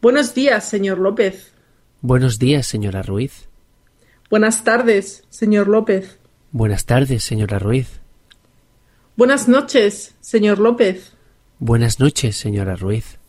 Buenos días, señor López. Buenos días, señora Ruiz. Buenas tardes, señor López. Buenas tardes, señora Ruiz. Buenas noches, señor López. Buenas noches, señora Ruiz.